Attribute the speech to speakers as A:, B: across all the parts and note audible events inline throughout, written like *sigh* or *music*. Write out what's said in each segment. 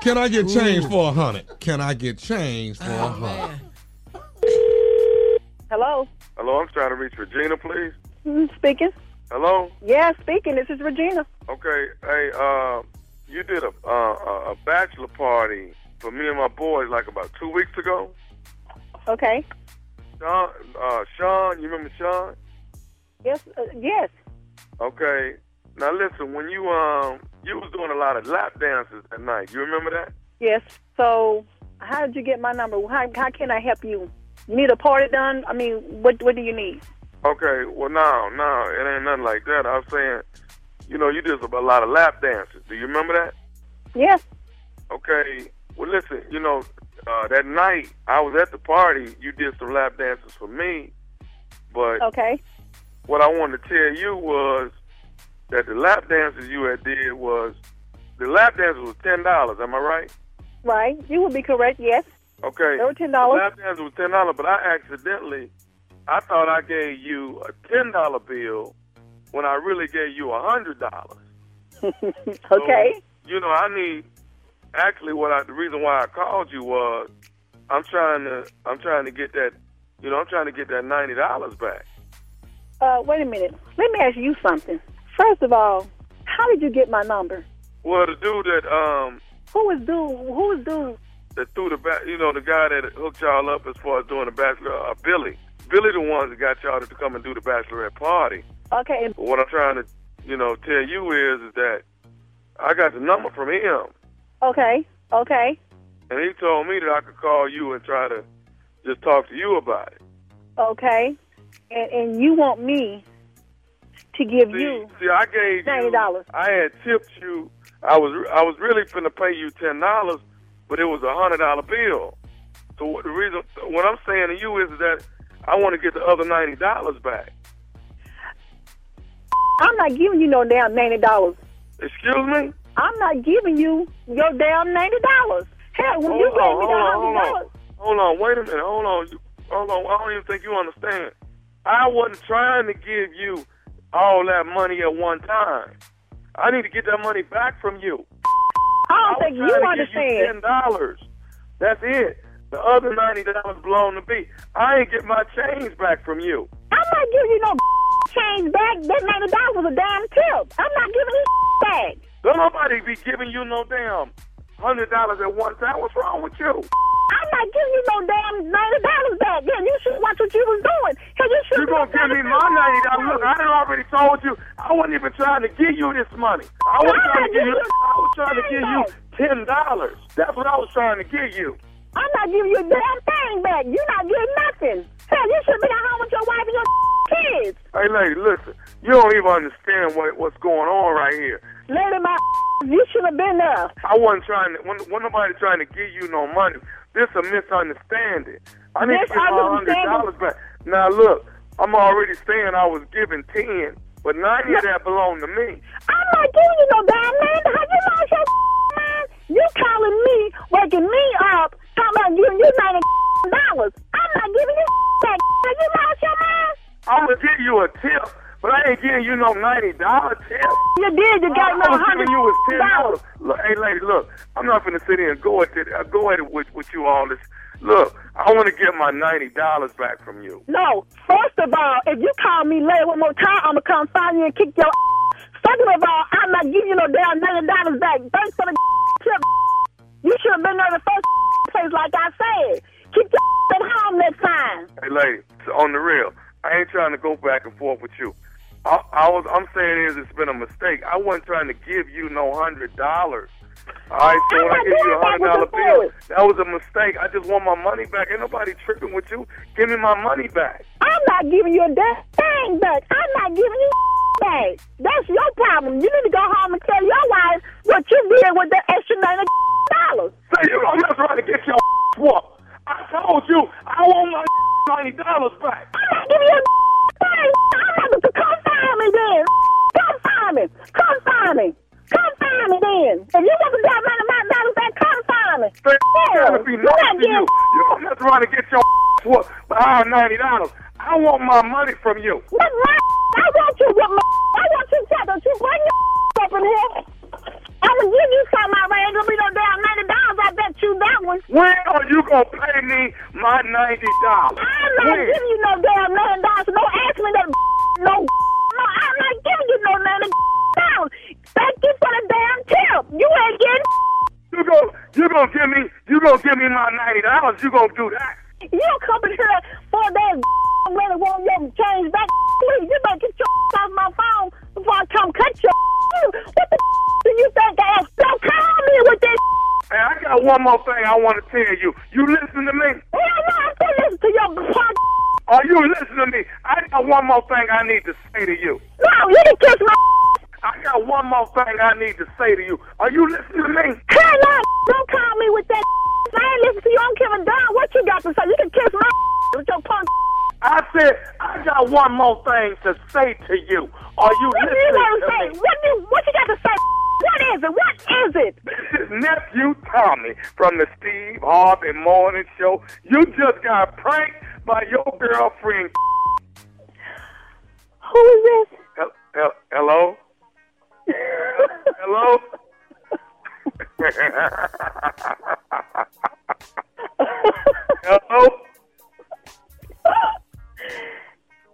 A: Can I get change for a hundred? Can I get change for a hundred?
B: Hello.
C: Hello, I'm trying to reach Regina, please.
B: Mm, Speaking.
C: Hello.
B: Yeah, speaking. This is Regina.
C: Okay. Hey, uh, you did a uh, a bachelor party for me and my boys like about two weeks ago.
B: Okay.
C: Sean, uh, Sean, you remember Sean?
B: Yes. Uh, yes.
C: Okay. Now listen, when you um you was doing a lot of lap dances that night. You remember that?
B: Yes. So, how did you get my number? How, how can I help you? You need a party done? I mean, what what do you need?
C: Okay, well, no, no, it ain't nothing like that. I'm saying, you know, you did a lot of lap dances. Do you remember that?
B: Yes.
C: Okay, well, listen, you know, uh, that night I was at the party, you did some lap dances for me, but
B: Okay.
C: what I wanted to tell you was that the lap dances you had did was, the lap dances was $10, am I right?
B: Right. You would be correct. *laughs* Yes.
C: Okay.
B: They were $10?
C: The lap dance was ten dollars, but I accidentally, I thought I gave you a ten dollar bill when I really gave you a hundred dollars.
B: Okay.
C: You know, I need. Actually, what I the reason why I called you was, I'm trying to, I'm trying to get that, you know, I'm trying to get that ninety dollars back.
B: Uh, wait a minute. Let me ask you something. First of all, how did you get my number?
C: Well, the dude that um
B: Who is dude? Who is dude?
C: that threw the back, you know, the guy that hooked y'all up as far as doing the bachelor, uh, Billy. Billy, the ones that got y'all to come and do the bachelorette party.
B: Okay.
C: But what I'm trying to, you know, tell you is, is that I got the number from him,
B: Okay. Okay.
C: and he told me that I could call you and try to just talk to you about it.
B: Okay. And and you want me to give
C: See,
B: you?
C: see, I gave you
B: $90.
C: I had tipped you. I was, I was really finna pay you ten dollars, but it was a hundred dollar bill. So what the reason? What I'm saying to you is that I want to get the other ninety dollars back.
B: I'm not giving you no damn ninety dollars.
C: Excuse me.
B: I'm not giving you your damn ninety dollars. Hell, when you
C: hold on,
B: gave me the hundred
C: hold on, hold on,
B: dollars,
C: hold on. Wait a minute. Hold on. You, hold on. I don't even think you understand. I wasn't trying to give you all that money at one time. I need to get that money back from you.
B: I
C: was
B: don't think
C: trying to
B: you
C: Give you
B: understand.
C: Ten dollars. That's it. The other ninety dollars belong to me. I ain't get my change back from you.
B: I'm not giving you no change back. That ninety dollars was a damn tip. I'm not giving you back.
C: Don't nobody be giving you no damn hundred dollars at one time. What's wrong with you?
B: I'm not giving you no damn ninety dollars back. Yeah, you should watch what you was doing. Hell, you should
C: You're gonna give me my ninety dollars. Look, I done already told you I wasn't even trying to give you this money. I was
B: I'm
C: trying to
B: not
C: give you
B: giving you
C: I was trying to give you
B: $10.
C: ten dollars. That's what I was trying to give you.
B: I'm not giving you a damn thing back. You're not getting nothing. Hell, you should be at home with your wife and your kids.
C: Hey lady, listen, you don't even understand what what's going on right here.
B: Lady, my you should have been there.
C: I wasn't trying to wasn't, wasn't nobody trying to give you no money. This a misunderstanding. I need to get my hundred dollars
B: Misunderstanding.
C: back. Now look, I'm already saying I was giving ten, but ninety of that belonged to me.
B: I'm not giving you no damn man. How you lost your *laughs* mind? You calling me, waking me up, talking about giving you ninety *laughs* dollars. I'm not giving you *laughs* back. Have you lost your mind?
C: I'm gonna give you a tip, but I ain't giving you no ninety dollar tip.
B: You did. You got
C: All
B: me
C: I
B: a
C: was
B: hundred
C: giving you was ten
B: dollars.
C: dollars. Look, hey, lady, look, I'm not gonna sit here and go at it, uh, go at it with with you all this. Look, I want to get my ninety dollars back from you.
B: No. First of all, if you call me later one more time, I'ma come find you and kick your. *laughs* Second of all, I'm not giving you no damn ninety dollars back. Thanks for the *laughs* tip. You should have been there the first *laughs* place, like I said. Keep your *laughs* at home next time.
C: Hey, lady, so on the real, I ain't trying to go back and forth with you. I, I was, I'm saying is it's been a mistake. I wasn't trying to give you no hundred dollars. All right, so
B: I'm
C: when I
B: not
C: give you a
B: doing that
C: hundred dollar
B: with
C: bill,
B: you.
C: that was a mistake. I just want my money back. Ain't nobody tripping with you. Give me my money back.
B: I'm not giving you a damn thing back. I'm not giving you back. That's your problem. You need to go home and tell your wife what you did with the extra ninety dollars.
C: Say you I'm not trying to get your *laughs* swap. I told you I want my *laughs* ninety dollars back.
B: I'm not giving you a thing. I'm not going to come find me then. Come find me. Come find me. Come find me then. If you want to drop out of my dollars back, come find me.
C: Say I'm
B: Yeah.
C: trying to be
B: You're
C: nice
B: not
C: to you.
B: getting-
C: You I'm not trying to get your *laughs* swap for our ninety dollars. I want my money from you.
B: What my? I want you with my. I want you *laughs* to tell the truth. Bring your up in here. I'm gonna give you something, my man. It'll be no damn ninety dollars. doing?
C: When are you gonna pay me my ninety dollars?
B: I'm not giving you no damn million dollars. No, ask me no *laughs* no. No, I'm not giving you no million *laughs* dollars. Thank you for the damn tip. You ain't getting. *laughs*
C: You go. You gonna give me. You gonna give me my ninety dollars. You gonna do that?
B: You come in here for that. *laughs* I really want your *laughs* change back. Please, you better get your *laughs* off my phone before I come cut your. *laughs* What the *laughs* do you think? I am? Don't call me with this.
C: Hey, I got one more thing I want to tell you. You listen to me.
B: Hell no, I'm still listening to your podcast.
C: Are you listening to me? I got one more thing I need to say to you.
B: No, you can kiss my.
C: I got one more thing I need to say to you. Are you listening to me?
B: Hell no, don't call me with that. I ain't listening to you. I don't give a damn what you got to say. You can kiss my with your punk.
C: I said I got one more thing to say to you. Are you
B: What do you want to say?
C: listening to me?
B: What do you, what you got to say? What is it? What is it?
C: This is *laughs* nephew Tommy from the Steve Harvey Morning Show. You just got pranked by your girlfriend.
B: Who is this?
C: Hel- hel- Hello.
B: *laughs*
C: Hello? *laughs* Hello?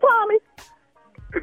B: Tommy,
C: This,